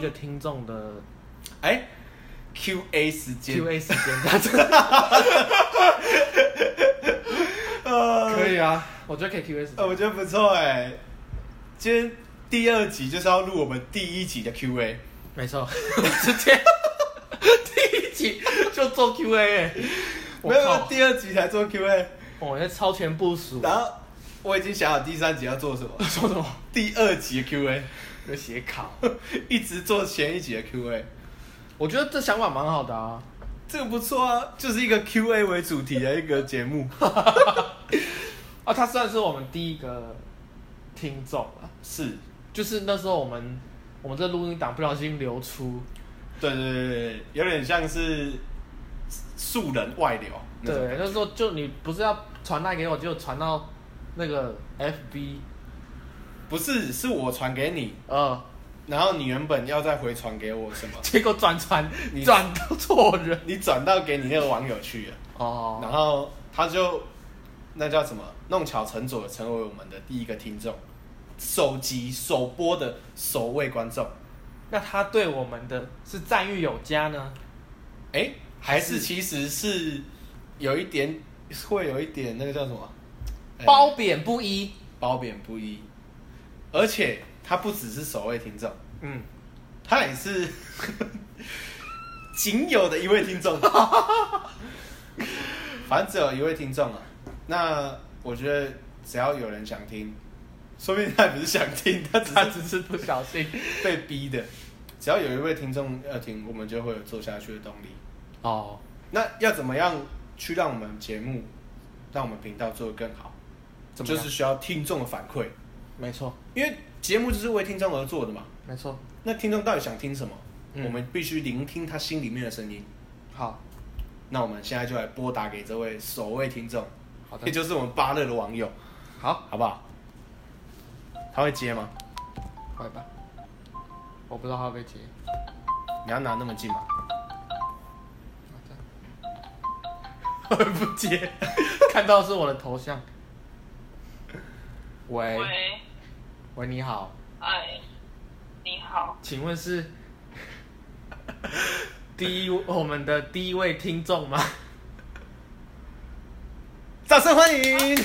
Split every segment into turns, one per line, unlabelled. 个听众的
哎，Q&A 时间
Q&A 时间，这样子
呃
可以啊，我觉得可以 Q&A 时
呃，
间。
我觉得不错哎。今天第二集就是要录我们第一集的 Q&A，
没错，直接第一集就做 Q&A，欸我
没有
靠，
第二集才做 Q&A，
我在超前部署。
然后我已经想好第三集要做什么，
说什么？
第二集的 Q&A，
有写考。
一直做前一集的 Q&A，
我觉得这想法蛮好的啊。
这个不错啊，就是一个 Q&A 为主题的一个节目。
啊，他算是我们第一个听众了，
是，
就是那时候我们我们这录音档不小心流出，
对对对对，对有点像是素人外流那种
对，那时候就你不是要传赖给我，就传到那个 FB，
不是，是我传给你，
呃， ，
然后你原本要再回传给我什么
结果转传
你
转到错人
你转到给你那个网友去了，
哦，
然后他就那叫什么，弄巧成拙，成为我们的第一个听众，首集首播的首位观众，
那他对我们的是赞誉有加呢？
哎，还是其实是有一点，会有一点那个叫什么，哎
褒贬不一，
褒贬不一，而且他不只是首位听众。
嗯，
他也是 仅有的一位听众， 反正只有一位听众啊。那我觉得只要有人想听，说不定他也不是想听， 他只
嗯他
是
只是不小心
被逼的。只要有一位听众要听，我们就会有做下去的动力。
哦，
那要怎么样去让我们节目，让我们频道做得更好，
怎么
就
样
是需要听众的反馈，
没错
因为节目就是为听众而做的嘛。
没错，
那听众到底想听什么？
嗯
我们必须聆听他心里面的声音。
好
那我们现在就来拨打给这位首位听众，
好的
也就是我们巴乐的网友，
好，
好不好？他会接吗？
拜拜，我不知道他会不 会接。
你要拿那么近吗？
不接， 看到是我的头像。喂，
喂，
喂，你好，
哎，你好，
请问是 第一我们的第一位听众吗？
掌声欢迎，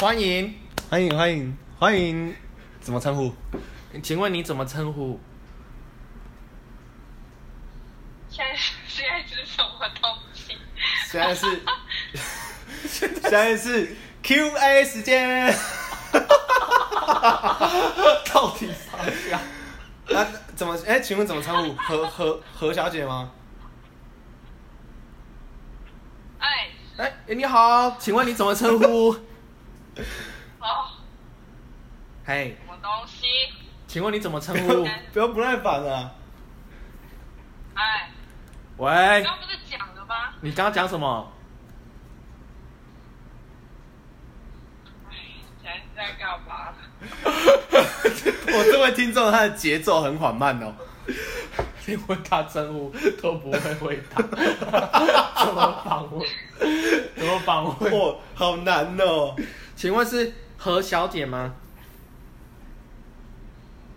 欢迎，
欢迎欢迎欢迎，怎么称呼？
请问你怎么称呼？
现在是现在是什么东西？
现在是， 现在是 Q A 时间。
到底啥呀？
啊，怎么？哎、请问怎么称呼？何何何小姐吗？
哎，
哎、你好，请问你怎么称 呼？
哦，
嘿，
什么东西？
请问你怎么称
不
呼
要？不要不耐烦啊！
哎，
喂，
刚不是讲了吗？
你刚刚讲什么？
哎，现在是在干嘛？
我这位听众他的节奏很缓慢哦。
连问他称呼都不会回 答，怎么访问？怎么访问？
哦，好难 哦！
请问是何小姐吗？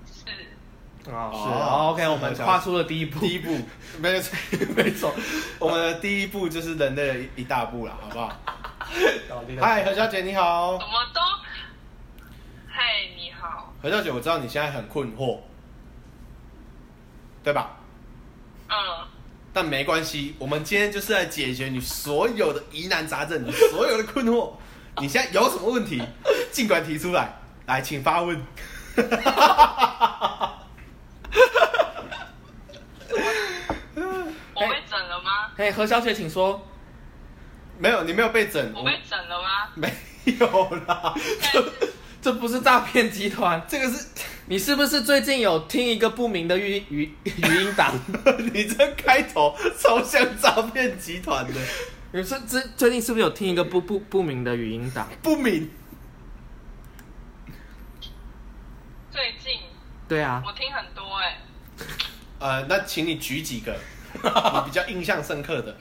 是，
啊、
是
是哦，OK，
是
我
何
们
小姐
跨出了第一步，
第一步，没错，
没错。
我们的第一步就是人类的一一大步了，好不好？嗨，
嗨，
何小姐你好
什。么东？嗨，你好，
何小姐，我知道你现在很困惑，对吧？
嗯，
但没关系，我们今天就是来解决你所有的疑难杂症，你所有的困惑。你现在有什么问题，尽管提出来，来，请发问。
我被整了吗？
嘿，何小姐，请说。
没有，你没有被整，
我被整了吗？
没有啦。
这不是诈骗集团，
这个是，
你是不是最近有听一个不明的语语语音档？
你这开头超像诈骗集团的，
你是最最近是不是有听一个不不不明的语音档？
不明。
最近
对啊，
我听很多哎、
呃，那请你举几个你比较印象深刻的。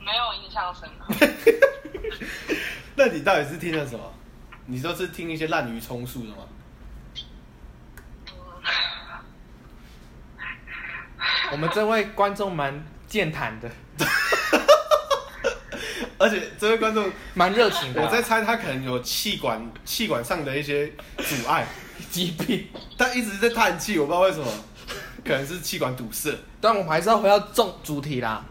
没有印象深刻。
那你到底是听了什么？你都是听一些滥竽充数的吗？
我们这位观众蛮健谈的，
而且这位观众，
蛮热情的啊、
我 在猜他可能有气管气管上的一些阻碍，
疾病，
他一直在叹气，我不知道为什么，可能是气管堵塞。
但我们还是要回到重主题啦。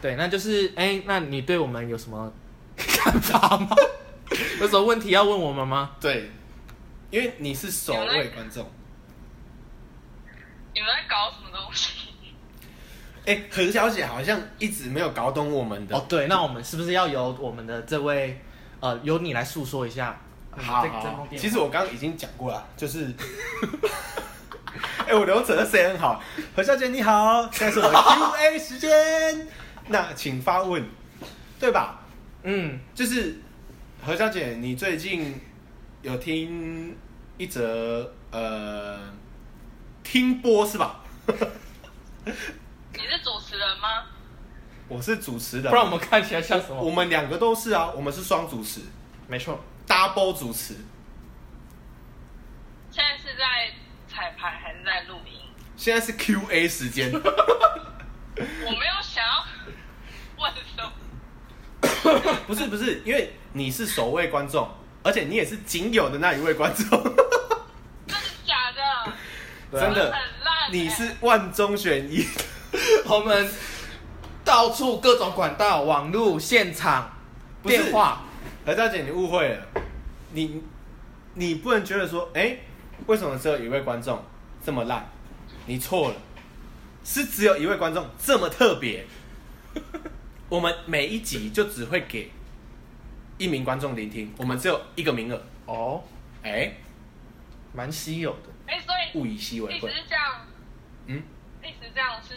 对，那就是哎、那你对我们有什么 看法吗？ 有什么问题要问我们吗？
对，因为你是首位观众，
你们在搞什么东西？
哎、何小姐好像一直没有搞懂我们的。
哦，对，那我们是不是要由我们的这位呃，由你来诉说一下？嗯
好
这
好
这
好
通电话
其实我刚刚已经讲过了，就是， 哎、我流程的谁很好，何小姐你好，现在是我的 Q&A 时间，那请发问，对吧？
嗯，
就是何小姐，你最近有听一则呃听播是吧？
你是主持人吗？
我是主持人，
不然我们看起来像什
我
么？
们两个都是啊，我们是双主持
没错，
，double 主持，
现在是在彩排还是在录音？
现在是 Q&A 时 间。
我没有想要问什么。
不是不是，因为你是首位观众，而且你也是仅有的那一位观众，
真的假的？
对 啊
真的，
很烂欸
你是万中选一。
我们到处各种管道、网络、现场、
不是
电话，
何小姐，你误会了，你你不能觉得说，哎、为什么只有一位观众这么烂？你错了，是只有一位观众这么特别。我们每一集就只会给一名观众聆听，我们只有一个名额。
哦，
哎、
蛮稀有的。
哎、所以
物以稀为
一
贵
直。这样，
嗯，
一直这样是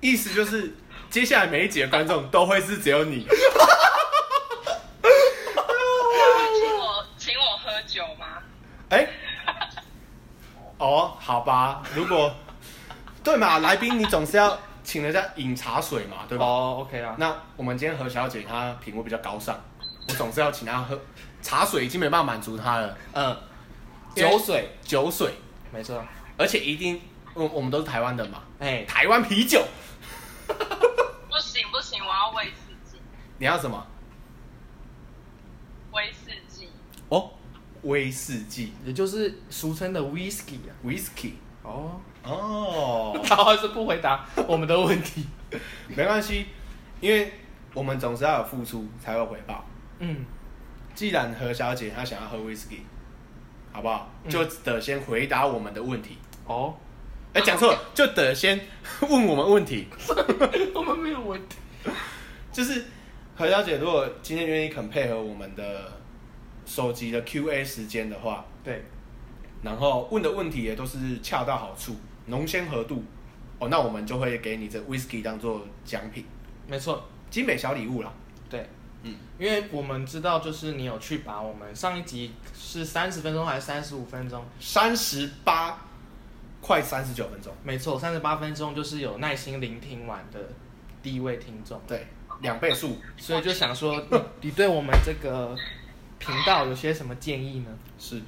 意思就是，接下来每一集的观众都会是只有你。
请我请我喝酒吗？
哎、哦，好吧，如果对嘛，来宾你总是要请人家饮茶水嘛，对吧？
哦，OK 啊，
那我们今天何小姐她品味比较高尚，我总是要请她喝茶水，已经没办法满足她了，
嗯，
酒
酒水，
酒水，
没错，
而且一定，我我们都是台湾的嘛，
哎、
台湾啤酒，
不行不行，我要威士忌，
你要什么？
威士忌。
哦，威士忌
也就是俗称的 whisky 啊。
，whisky，
哦，
哦。
他还是不回答我们的问题。
没关系，因为我们总是要有付出才有回报。
嗯，
既然何小姐她想要喝威士忌，好不好？
嗯
就得先回答我们的问题。
哦，
哎、讲错了，就得先问我们问题。
我们没有问题。
就是何小姐，如果今天愿意肯配合我们的手机的 Q&A 时间的话，
对，
然后问的问题也都是恰到好处、浓鲜合度，哦，那我们就会给你这 whisky 当做奖品，
没错，
精美小礼物啦。
对，
嗯，
因为我们知道，就是你有去把我们上一集是三十分钟还是三十五分钟？
三十八，快三十九分钟。
没错，三十八分钟就是有耐心聆听完的第一位听众，
对，两倍速。
所以就想 说，你你对我们这个频道有些什么建议呢？
是，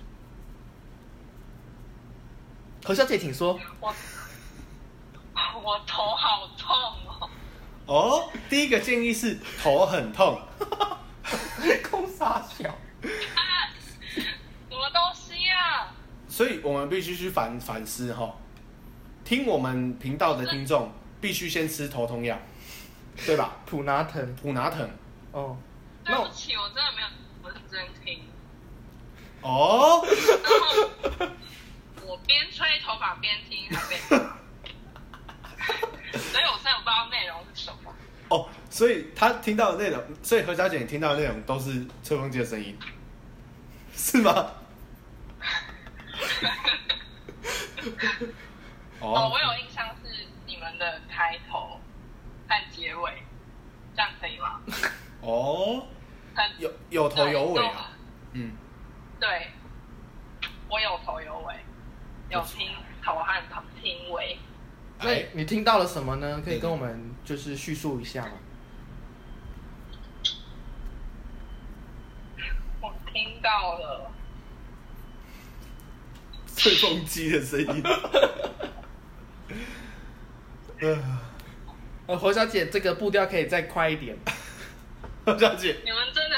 何小姐，请说。
我我头好痛哦，
哦，第一个建议是头很痛，
空傻小。
什么东西啊？
所以我们必须去反反思哈。听我们频道的听众必须先吃头痛药，对吧？
普拿疼
普拿疼。
哦，
对
那我
不起，我真的没有我认真听。
哦，
然后我边吹头发边听他被骂，所以我真的不知道内容是什么。
哦，所以他听到的内容，所以何小姐你听到的内容都是吹风机的声音，是吗？
哦，
哦
我，有印象是你们的开头和结尾，这样可以吗？
哦，
很
有有头有尾啊，。嗯，
对，我有头有尾，有听头和头听尾。
那
哎
你听到了什么呢？可以跟我们就是叙述一下吗？
到了，
吹风机的声音。呃
呃，侯小姐这个步调可以再快一点。
侯小姐，
你们真的，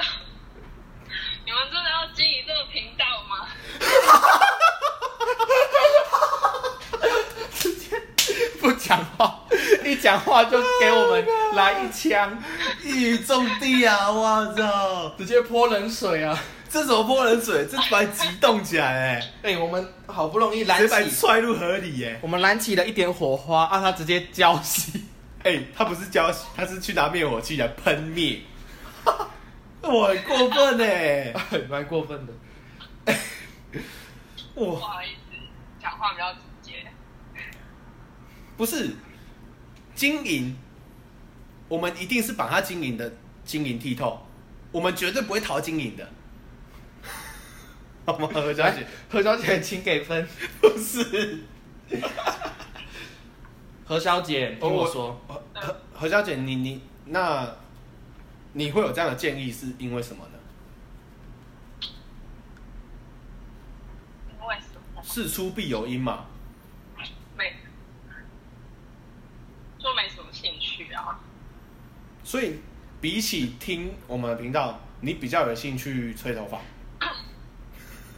你们真的要经营这个频道吗？
直接 不讲话，一讲话就给我们来一枪，
一语中的啊！我操，
直接泼冷水啊！
这什么泼冷水？这把你激动起来哎、
哎、我们好不容易
欸，
燃
直接把你
起，
踹入河里哎、
我们燃起了一点火花，啊，他直接浇熄。
哎、他不是浇熄，他是去拿灭火器来喷灭。 我很过分哎、
蛮过分的。
不
哇，
好意思，讲话比较直接。
不是经营，我们一定是把它经营的经营剔透，我们绝对不会逃经营的。 好吗，何小姐
来？，何小姐，请给分。
不是，
何小姐，听我说，
何何何小姐，你你那你会有这样的建议，是因为什么呢？
因为什么？
事出必有因嘛。
没，就没什么兴趣啊。
所以比起听我们的频道，你比较有兴趣吹头发，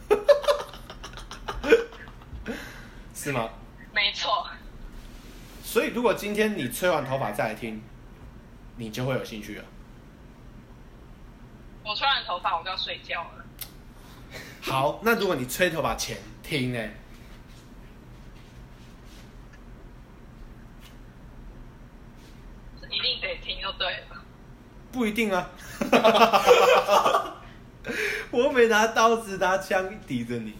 是吗？
没错，
所以如果今天你吹完头发再来听，你就会有兴趣了。
我吹完头发我就要睡觉了，
好，那如果你吹头发前听呢？
一定得听就对了。
不一定啊。我没拿刀子拿枪抵着你，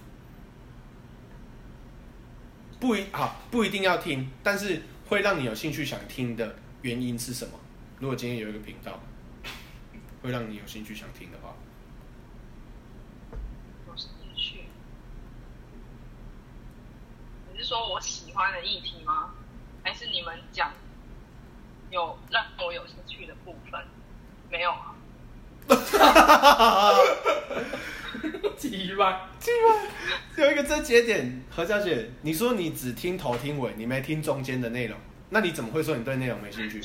不一好不一定要听，但是会让你有兴趣想听的原因是什么？如果今天有一个频道会让你有兴趣想听的话，
有兴趣？你是说我喜欢的议题吗？还是你们讲有让我有兴趣的部分？没有啊，
鸡巴，
有一个这节点，何小姐，你说你只听头听尾，你没听中间的内容，那你怎么会说你对内容没兴趣？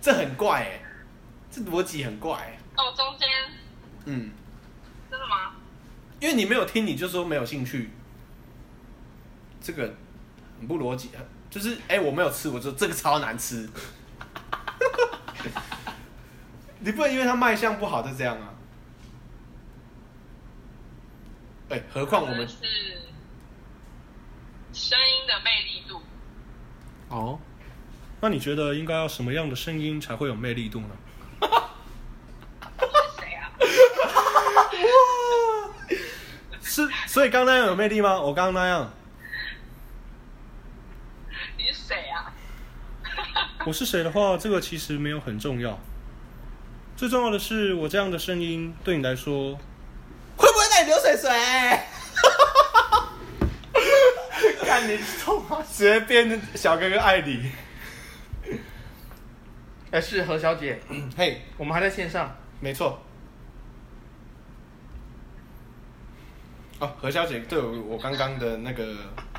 这很怪哎、这逻辑很怪、欸，
哦，中间
嗯。
真的吗？
因为你没有听，你就说没有兴趣，这个很不逻辑。就是哎、我没有吃，我说这个超难吃。 你不能因为它卖相不好就这样啊。哎、何况我
真的
们
是声音的魅力度，
哦，
那你觉得应该要什么样的声音才会有魅力度呢？
是谁啊？
是，所以刚刚那样有魅力吗？我刚刚那啊样，
你是谁啊？
我是谁的话，这个其实没有很重要。最重要的是，我这样的声音对你来说，
会不会让你流水水？
看你痛啊！
直接变小哥哥艾里。
哎，是何小姐，
嗯嘿，
我们还在线上。
没错。哦，何小姐对我我刚刚的那 个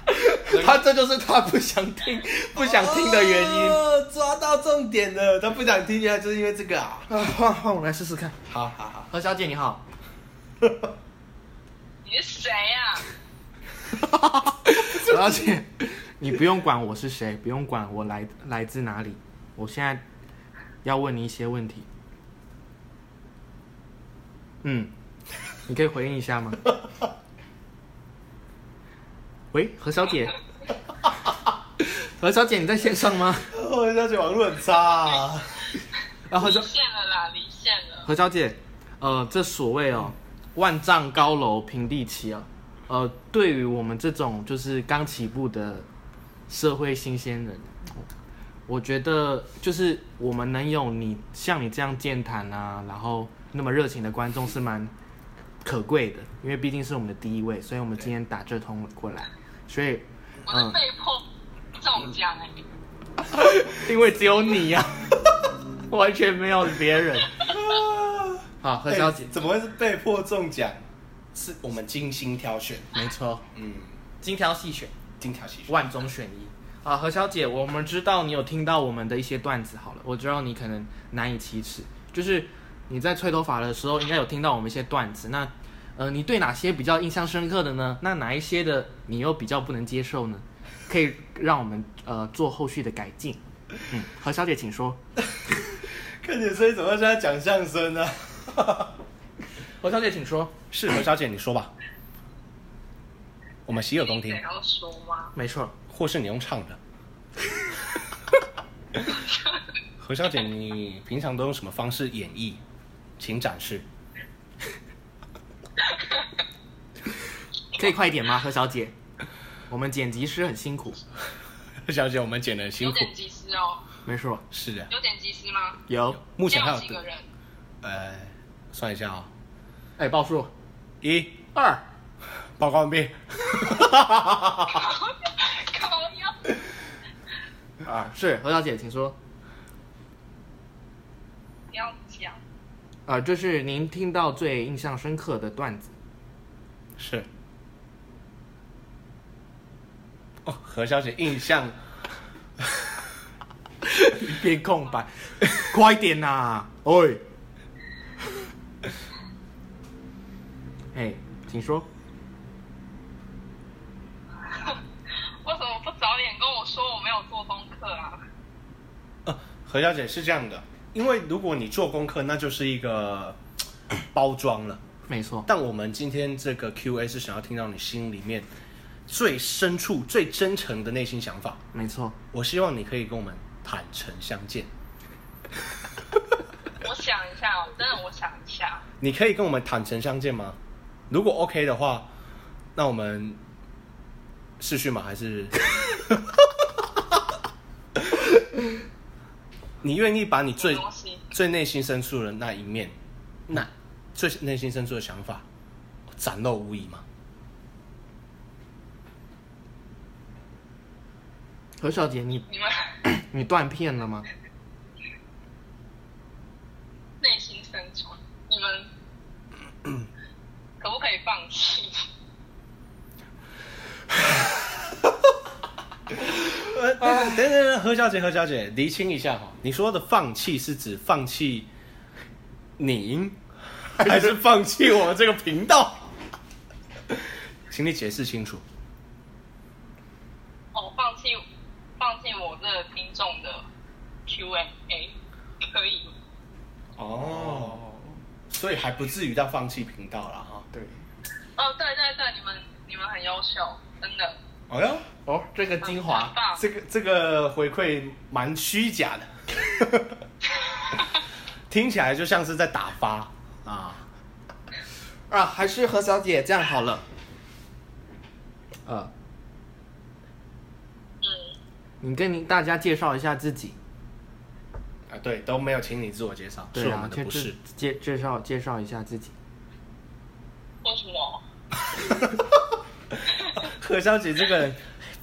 人
她这就是她不想听、 不想听的原因。
哦抓到重点了，她不想听，原来就是因为这个啊。
啊，换换我来试试看。
好好好，
何小姐你好，
你是谁啊？
何小姐， 你不用管我是谁，不用管我来来自哪里，我现在要问你一些问题。嗯，你可以回应一下 吗？喂，何小 姐，何小姐你在线上吗？
哦何小姐网络很差、啊。
然后
离
就
线了啦，离线了。
何小姐，呃，这所谓哦，万丈高楼平地起啊，呃，对于我们这种就是刚起步的社会新鲜人，我觉得就是我们能有你像你这样健谈啊，然后那么热情的观众是蛮可贵的，因为毕竟是我们的第一位，所以我们今天打这通过来，所以
嗯
我是被迫中奖哎、
因为只有你啊 呀、 完全没有别人。好，何小姐
哎
哎，怎么会是被迫中奖？
是我们精心挑选，
没错，
嗯，
精挑细选，
精挑细选。
万中选一。啊，何小姐，我们知道你有听到我们的一些段子，好了，我知道你可能难以启齿，就是你在吹头发的时候，应该有听到我们一些段子。那，呃，你对哪些比较印象深刻的呢？那哪一些的你又比较不能接受呢？可以让我们呃做后续的改进。嗯，何小姐，请说。
看你的声音怎么像在讲相声呢、啊？
何小姐，请说。
是何小姐，你说吧，我们洗耳恭听
得，要说吗？
没错，
或是你用唱 的。何小姐，你平常都用什么方式演绎？请展示。
可以快一点吗，何小姐？我们剪辑师很辛苦。
何小姐，我们剪的辛
有
苦。
点及时哦，
没错，
是的，
有点及时吗？
有。
目前还
有
有
几个人？
呃，算一下啊、
哎，报数，
一
二。
报告完毕。啊
高腰，
啊，是何小姐，请说。
不要讲，
啊，这是您听到最印象深刻的段 子。
是
哦，何小姐印象
一片空 白，快点呐、 喂。哎，请说。
为什么不早点跟我说我没有做功课啊？
呃，
哦何小姐是这样的，因为如果你做功课，那就是一个包装了。
没错，
但我们今天这个 Q&A 是想要听到你心里面最深处、最真诚的内心想法。
没错，
我希望你可以跟我们坦诚相见，
我想一下哦，真的我想一下，
你可以跟我们坦诚相见吗？如果 OK 的话，那我们试训吗？还是 你愿意把你
什
最
么东西？
最内心深处的那一面，那最内心深处的想法展露无遗吗？
何小姐，你
你们
你断片了吗？
内心深处，你 们可不可以放弃？
呃，等等等等，何小姐，何小姐，厘清一下哈，你说的放弃是指放弃您，还是放弃我们这个频道？请你解释清楚。
哦，放弃，放弃我这个听众的 Q&A，可 以。
哦，
所以还不至于到放弃频道了哈。
对。
哦，对对对，你们你们很优秀，真的。
哦哟，
哦，这个精
很
华，
棒
这个这个回馈蛮虚假 的，听起来就像是在打发啊。
啊，还是何小姐这样好了。呃，
嗯，
你跟您大家介绍一下自己。
啊，对，都没有请你自我介绍，
对
是我
啊
们，的不是。
介介绍介绍一下自己。
为什么？
何小姐这个人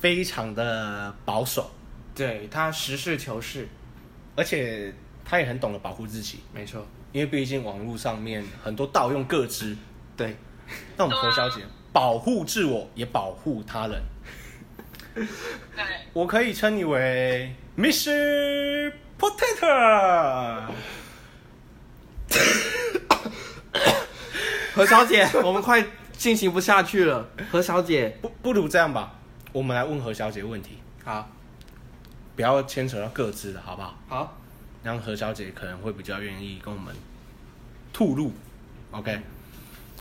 非常的保守，
对他实事求是，
而且她也很懂得保护自己，
没错。
因为毕竟网络上面很多盗用各知。
对，
那我们何小姐保护自我，也保护他人。
啊
对，
我可以称你为 Mr. Potato。
何小姐， 我们快进行不下去了。何小姐，
不，不如这样吧，我们来问何小姐问题，
好，
不要牵扯到各自的好不好？
好，
让何小姐可能会比较愿意跟我们吐露。OK，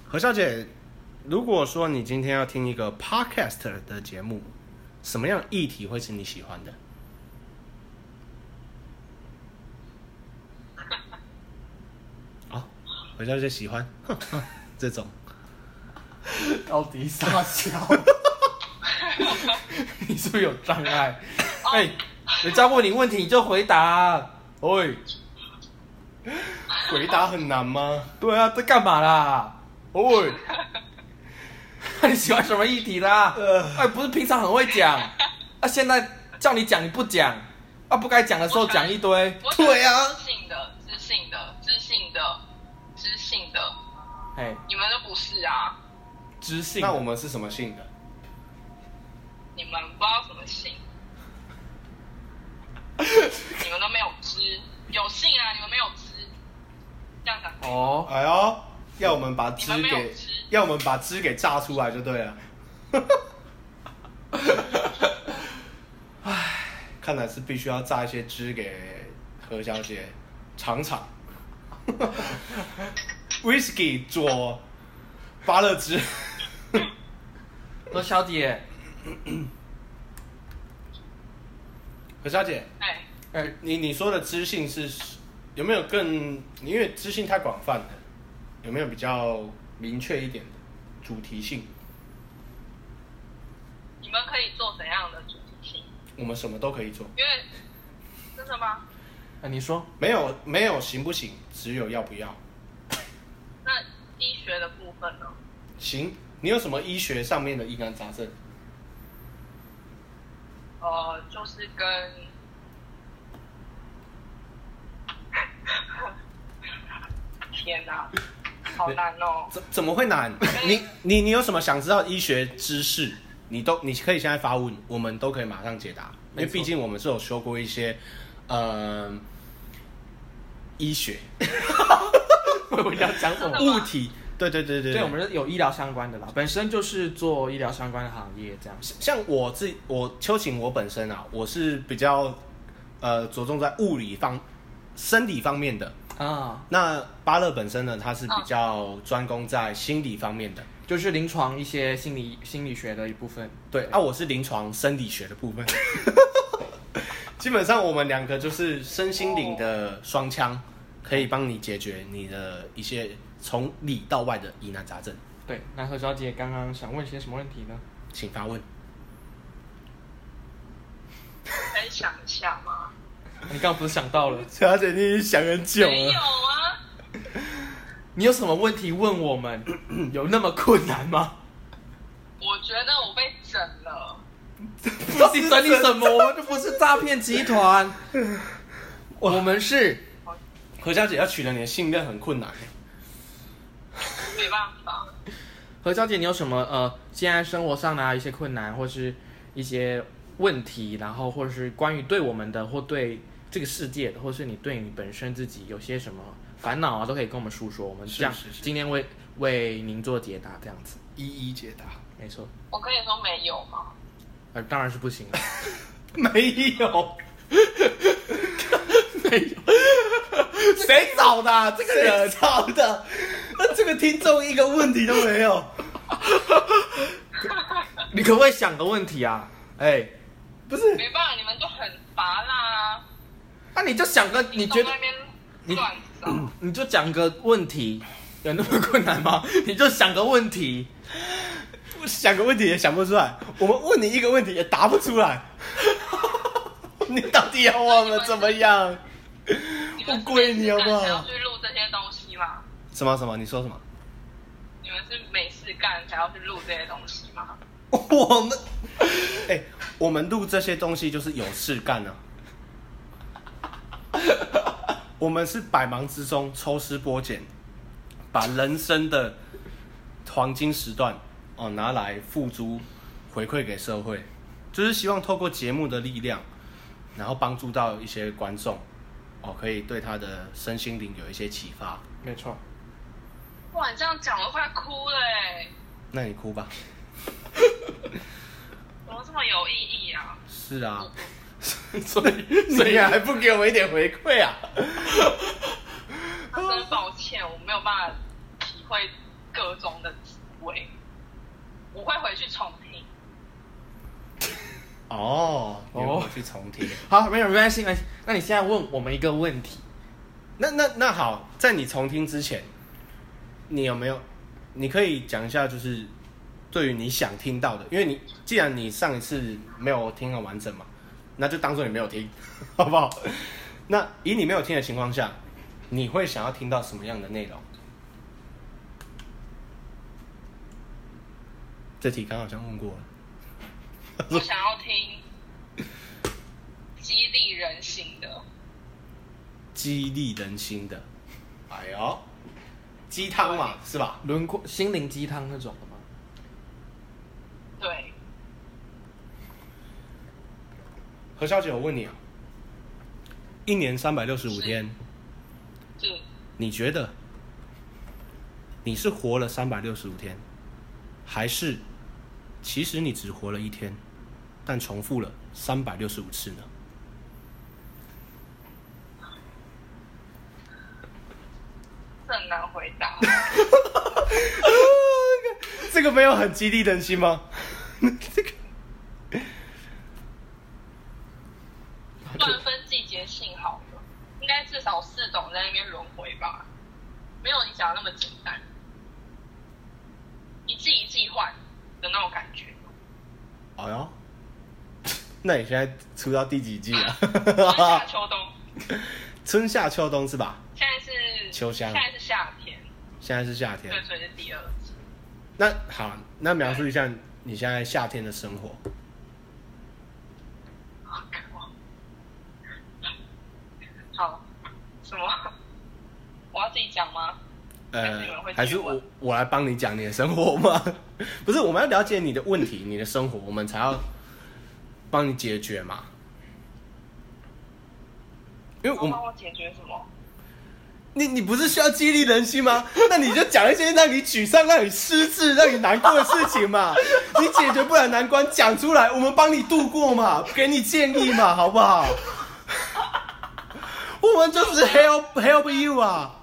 何小姐，如果说你今天要听一个 podcast 的节目，什么样的议题会是你喜欢 的？啊，何小姐喜欢 哼哼这种，
到底 傻笑？你是不是有障碍？
哦
哎、人家问你问题你就回答。喂，
回答很难吗？
对啊，在干嘛啦？ 喂，那你喜欢什么议题啦？
呃
哎，不是平常很会讲，啊，现在叫你讲你不讲，啊，不该讲的时候讲一堆。
我想
对啊，
知性的，知性的，知性的，知性的，
哎，
你们都不是啊。
知性的。
那我们是什么性的？
你们不知道什么 姓，你们都没有知，有姓啊，你们没有知，这样讲可以吗
哦，
哎呦，要我们把汁
你们没有
给
汁，
要我们把汁给榨出来就对了。唉，看来是必须要榨一些汁给何小姐尝尝。Whisky 佐芭乐汁，
何小姐，
何小姐，
哎，
哎、
你你说的知性是有没有更？因为知性太广泛了，有没有比较明确一点的主题性？
你们可以做怎样的主题性？
我们什么都可以做。
因为真的吗？
哎你说，
没有没有行不行，只有要不要。
那医学的部分呢？
行，你有什么医学上面的疑难杂症？
呃，就是跟， 天哪、好难哦！
怎怎么会难？你你你有什么想知道医学知识？你都你可以现在发问，我们都可以马上解答，因为
没错
毕竟我们是有修过一些，呃，医学
我要讲什么？
物体，对对对对
对，我们是有医疗相关的啦，本身就是做医疗相关的行业这样。
像我自己，我秋瑾我本身啊，我是比较呃着重在物理方、生理方面的。
啊，
那巴勒本身呢，他是
嗯
比较专攻在心理方面的。
就是临床一些心理心理学的一部分。
对，啊，我是临床生理学的部分。 基本上我们两个就是身心灵的双枪，可以帮你解决你的一些从里到外的疑难杂症。
对，那何小姐刚刚想问些什么问题呢？
请发问。
分享一下吗？
你刚刚不是想到了？
小姐，你已经想很久
没有啊，
你有什么问题问我们？有那么困难吗？
我觉得我被整了。
到底整理什么？我们就不是诈骗集团，我们是
何小姐要取得你的信任很困难。
没办法，
何小姐，你有什么呃，现在生活上的、啊、一些困难，或是一些问题，然后或者是关于对我们的，或对这个世界的，或是你对你本身自己有些什么烦恼啊，都可以跟我们诉说。我们
是
这样
是是
今天为为您做解答，这样子，
一一解答。
没错。
我可以说没有吗？
呃，当然是不行了。
没有，没有， 谁找的啊、这个人找的？那这个听众一个问题都没有。
你可不可以想个问题啊？哎，
不是，
没办法，你们就很拔啦，
那啊你就想个，你觉得
都在那边乱找。
你就讲个问题，有那么困难吗？ 你就想个问题。
我想个问题也想不出来，我们问你一个问题也答不出来。 你到底要我们怎么样？
你们是
我跪你好不好
没事干才要去录这些东西吗？
什么什么？你说什么？
你们是没事干才要去录这些东西吗？
我们，哎、我们录这些东西就是有事干啊。我们是百忙之中抽丝剥茧，把人生的黄金时段哦拿来付诸回馈给社会，就是希望透过节目的力量，然后帮助到一些观众哦，可以对他的身心灵有一些启发。
没错。
哇，你这样讲我都快哭了哎、
那你哭吧。
怎么这么有意义啊？
是 啊，
所以，
你还不给我一点回馈啊？
那真抱歉，我没有办法体会各中的滋味，我会回去重听。
哦，
哦
你有没有去重听。
好，没有没关系，没关系。那你现在问我们一个问题，
那那那好，在你重听之前，你有没有？你可以讲一下，就是对于你想听到的，因为你既然你上一次没有听很完整嘛，那就当做你没有听， 好不好？那以你没有听的情况下，你会想要听到什么样的内容？这题刚刚好像问过了。
我想要听激励人心的，
激励人心的。哎呦，鸡汤嘛，是吧？
轮廓心灵鸡汤那种的吗？
何小姐，我问你啊，一年三百六十五天，
是
你觉得你是活了三百六十五天，还是其实你只活了一天，但重复了三百六十五次呢？
这很难回答。
这个没有很激励人心吗？这个
算分季节性好了，应该至少四种在那边轮回吧，没有你想的那么简单，一季一季换的那种感觉。
哎呦， 那你现在出到第几季
春夏
啊？
秋冬，
春夏秋冬是吧？
现在是
秋香
现在是夏天，
现在是夏天
对，，所以是第二季。
那好，那描述一下你现在夏天的生活。
好渴望好，什么？我要自己讲吗？
呃
还是有人会，
还
接
是
吻
我我来帮你讲你的生活吗？ 不是，我们要了解你的问题，你的生活，我们才要帮你解决嘛。因为我
我
们
帮我解决什么？
你你不是需要激励人心吗？ 那你就讲一些让你沮丧、让你失智、让你难过的事情嘛。你解决不了难关，讲出来，我们帮你度过嘛，给你建议嘛，好不好？ 我们就是 help help you 啊，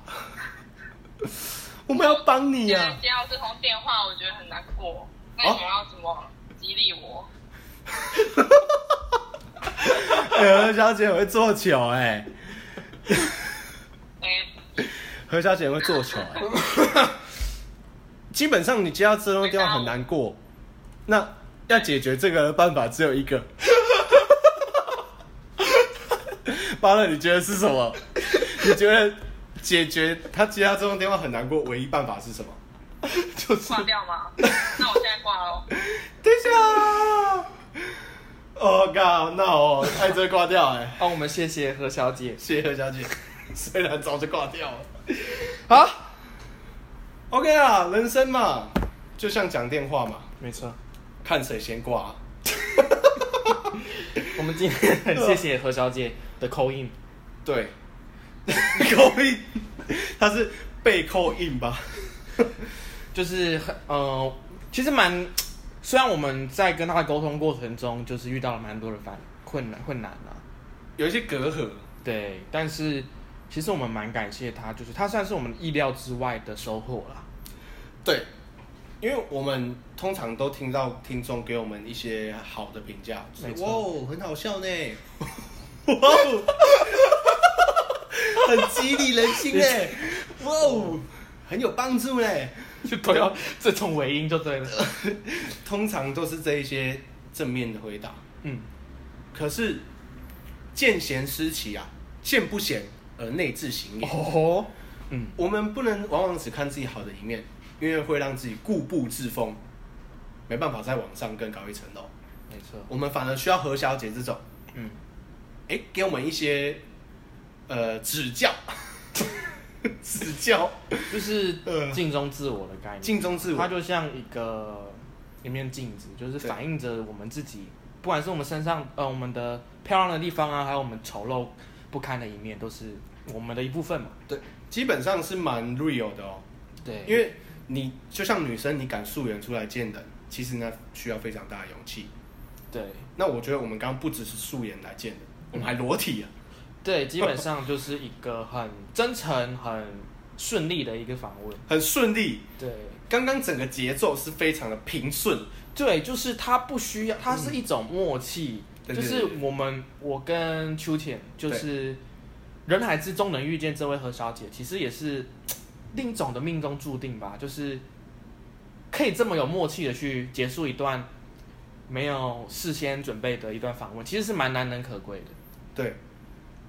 我们要帮你
现
啊
在。 接到这通电话，我觉得很难
哦
过。那你们要怎么激励我？
欸、何小姐很会做球哎、
哎、
何小姐很会做球哎、基本上你接到这通电话很难过，那要解决这个的办法只有一个。巴乐，你觉得是什么？你觉得解决他接到这通电话很难过，唯一办法是什么？就是
挂掉吗？那我现在挂哦喽。
等一下。哦、靠，那我爱这挂掉哎、
帮哦我们谢谢何小姐。
谢谢何小姐， 虽然早就挂掉了。好，OK 啊，人生嘛，就像讲电话嘛，
没错，
看谁先挂啊、
我们今天很谢谢何小姐的扣印。
对， 扣印，他是被扣印吧？
就是很呃，其实蛮，虽然我们在跟他的沟通过程中，就是遇到了蛮多的烦困难困难啦、
有一些隔阂，
对，但是其实我们蛮感谢他，就是他算是我们意料之外的收获啦。
对，因为我们通常都听到听众给我们一些好的评价，就
没
是
错
哇哦，很好笑呢，哇哦，很激励人心呢，哇哦，很有帮助呢。
就 都要这种尾音就对了。
通常都是这一些正面的回答，
嗯，
可是见贤思齐啊，见不贤而内自省也。
哦，嗯，
我们不能往往只看自己好的一面，因为会让自己固步自封，没办法再往上更高一层楼。
没错，
我们反而需要何小姐这种，
嗯，
哎、给我们一些呃指教， 指教，
就是
呃
镜中自我的概念，
镜中自
它
我。
就像一个一面镜子，就是
对
反映着我们自己，不管是我们身上呃我们的漂亮的地方啊，还有我们丑陋不堪的一面，都是我们的一部分嘛。
对，基本上是蛮 real 的哦。
对因
因
为
为你就像女生，你敢素颜出来见人，其实呢需要非常大的勇气。
对
那我觉得我们刚刚不只是素颜来见人，我们还裸体啊。
对，基本上就是一个很真诚、很顺利的一个访问。
很顺利。
对
刚刚整个节奏是非常的平顺，
对，就是他不需要，它是一种默契，
对
就
对
是
对对
我们我跟秋浅就是人海之中能遇见这位何小姐，其实也是另一种的命中注定吧，就是可以这么有默契的去结束一段没有事先准备的一段访问，其实是蛮难能可贵的。
对，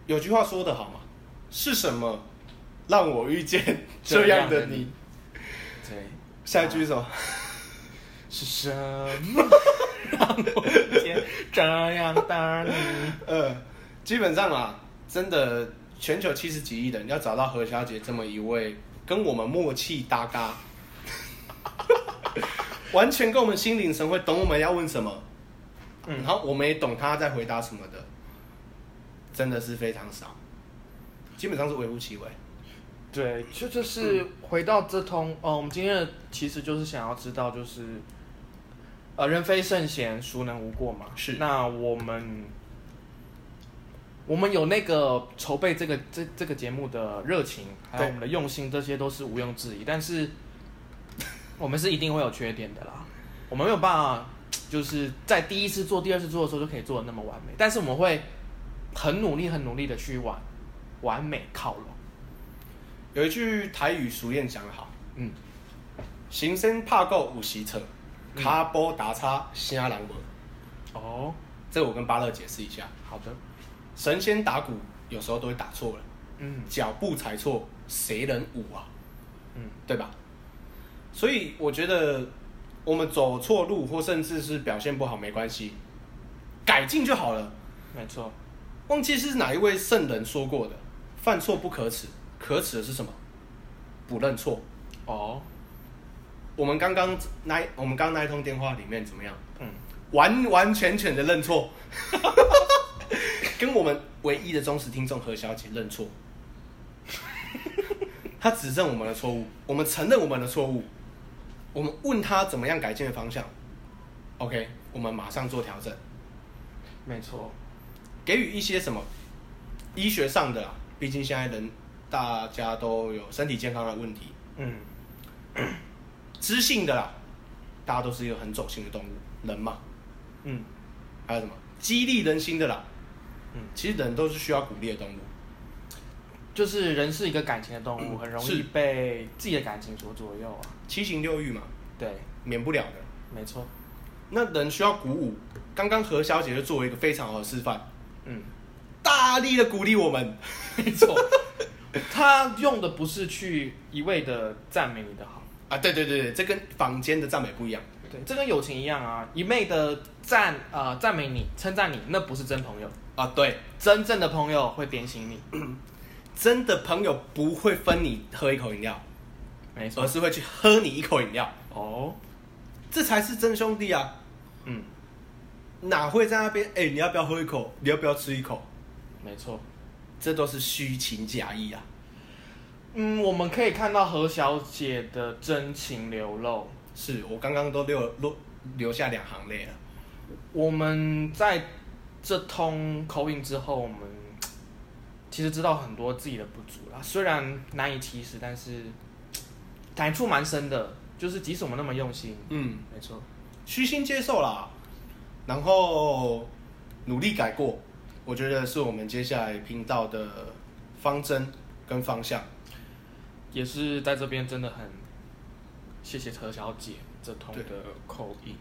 有句话说得好嘛，是什么让我遇 见这样的
这样
你
的你？对，
下一句是什么？
是什么 让我遇见这样的你？
呃，基本上啊，真的全球七十几亿人要找到何小姐这么一位跟我们默契搭嘎， 完全跟我们心领神会，懂我们要问什么，
嗯
然后我们也懂她在回答什么的真的是非常少，基本上是微乎其微。
对，就就是
嗯
回到这通，哦，我们今天的其实就是想要知道，就是，呃，人非圣贤，孰能无过嘛？
是
那我们，我们有那个筹备这个这这个节目的热情，还有
对
我们的用心，这些都是毋庸置疑。但是，我们是一定会有缺点的啦，我们没有办法，就是在第一次做、第二次做的时候就可以做的那么完美，但是我们会很努力、很努力的去往完美靠拢。
有一句台语俗谚讲得好
嗯，：“
行深怕垢五十尺，卡波打叉虾狼文。
哦。”
这我跟巴乐解释一下，
好的，
神仙打鼓有时候都会打错了，
嗯
脚步踩错，谁能舞啊？
嗯，
对吧？所以我觉得我们走错路，或甚至是表现不好没关系，改进就好了。
没错，
忘记是哪一位圣人说过的：“犯错不可耻，可耻的是什么？不认错。
哦，”
我们刚刚那我们刚刚那一通电话里面怎么样？
嗯，
完完全全的认错， 跟我们唯一的忠实听众何小姐认错， 她指正我们的错误，我们承认我们的错误，我们问她怎么样改进的方向，OK，我们马上做调整，
没错，
给予一些什么医学上的啊，毕竟现在人大家都有身体健康的问题，
嗯，
知性的啦，大家都是一个很走心的动物，人嘛，
嗯，
还有什么激励人心的啦。
嗯
嗯，其实人都是需要鼓励的动物。
就是人是一个感情的动物，很容易
是
被自己的感情所左右啊。
七情六欲嘛，
对，
免不了的。
没错，
那人需要鼓舞。刚刚何小姐就作为一个非常好的示范，
嗯，
大力的鼓励我们。
没错。 他用的不是去一味的赞美你的好，
啊，对对对对，这跟坊间的赞美不一样。
对，这跟友情一样啊，一昧的赞啊、呃赞美你、称赞你，那不是真朋友。
啊，对，
真正的朋友会点醒你，
真的朋友不会分你喝一口饮料，
没错
而。是会去喝你一口饮料，
哦，
这才是真兄弟啊！
嗯，
哪会在那边？哎、你要不要喝一口？你要不要吃一口？
没错。
这都是虚情假意啊！
嗯，我们可以看到何小姐的真情流露，
是我刚刚都留留留下两行泪了。
我们在这通口音之后，我们其实知道很多自己的不足啦。虽然难以启齿，但是感触蛮深的。就是即使我们那么用心，
嗯，
没错，
虚心接受啦，然后努力改过，我觉得是我们接下来频道的方针跟方向。
也是在这边真的很谢谢何小姐这通的
对
口音。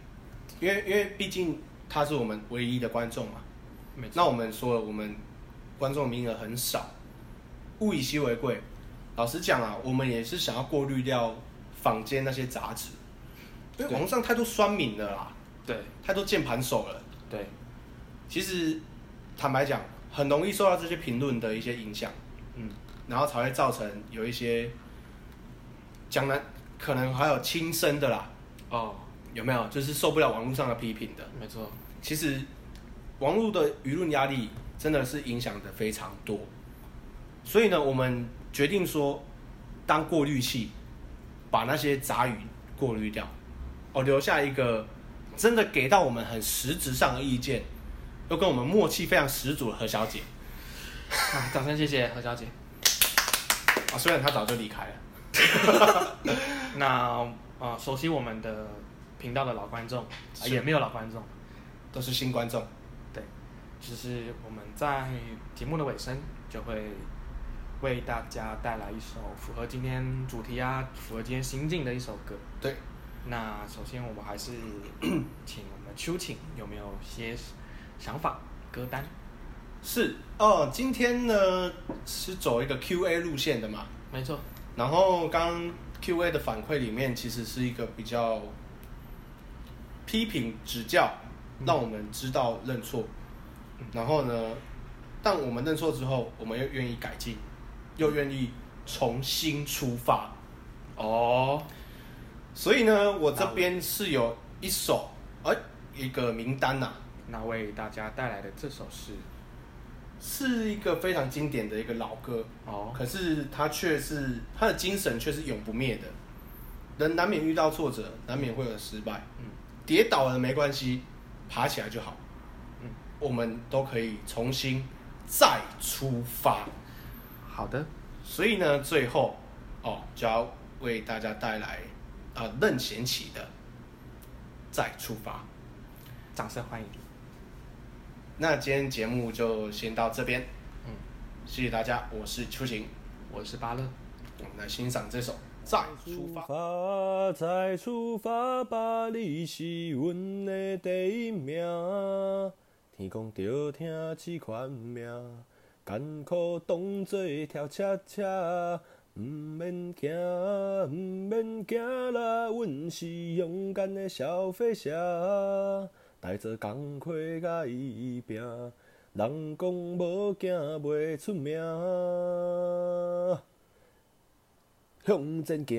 因为因为毕竟他是我们唯一的观众嘛，
没错，
那我们说了，我们观众名额很少，物以稀为贵。老实讲啊，我们也是想要过滤掉坊间那些杂质，因为
对
网络上太多酸民了啦，
对
太多键盘手了。
对，
其实坦白讲，很容易受到这些评论的一些影响。
嗯，
然后才会造成有一些江南可能还有亲生的啦，
哦，
有没有？就是受不了网络上的批评的。
没错，
其实网络的舆论压力真的是影响的非常多，所以呢，我们决定说当过滤器，把那些杂语过滤掉，哦，留下一个真的给到我们很实质上的意见，又跟我们默契非常十足的何小姐
啊，掌声谢谢何小姐。
啊、虽然她早就离开了。
那呃，熟悉我们的频道的老观众，啊
是
也没有老观众。
都是新观众，
对，就是我们在节目的尾声就会为大家带来一首符合今天主题啊、符合今天心境的一首歌。
对，
那首先我们 还是请我们秋请有没有些想法歌单？
是哦，今天呢是走一个 Q&A 路线的嘛，
没错，
然后刚 Q&A 的反馈里面其实是一个比较批评指教，让我们知道认错，然后呢，但我们认错之后，我们又愿意改进，又愿意重新出发，
哦，
所以呢，我这边是有一首，哎、一个名单呐、
那为大家带来的这首是
是一个非常经典的一个老歌，
哦，
可是它却是它的精神却是永不灭的。人难免遇到挫折，难免会有失败，
嗯
跌倒了没关系，爬起来就好。
嗯
我们都可以重新再出发。
好的，
所以呢，最后哦，就要为大家带来啊、任贤齐的《再出发》。
掌声欢迎。
那今天节目就先到这边，
嗯，
谢谢大家，我是秋晴，
我是巴乐。
我们来欣赏这首《再出发》。
发，再出发吧，你是阮的第一名。天公着疼这款命，艰苦当作跳车车，毋免惊，毋免惊啦，阮是勇敢的小飞侠，带着工课甲伊拼，人讲无惊袂出名。向前行。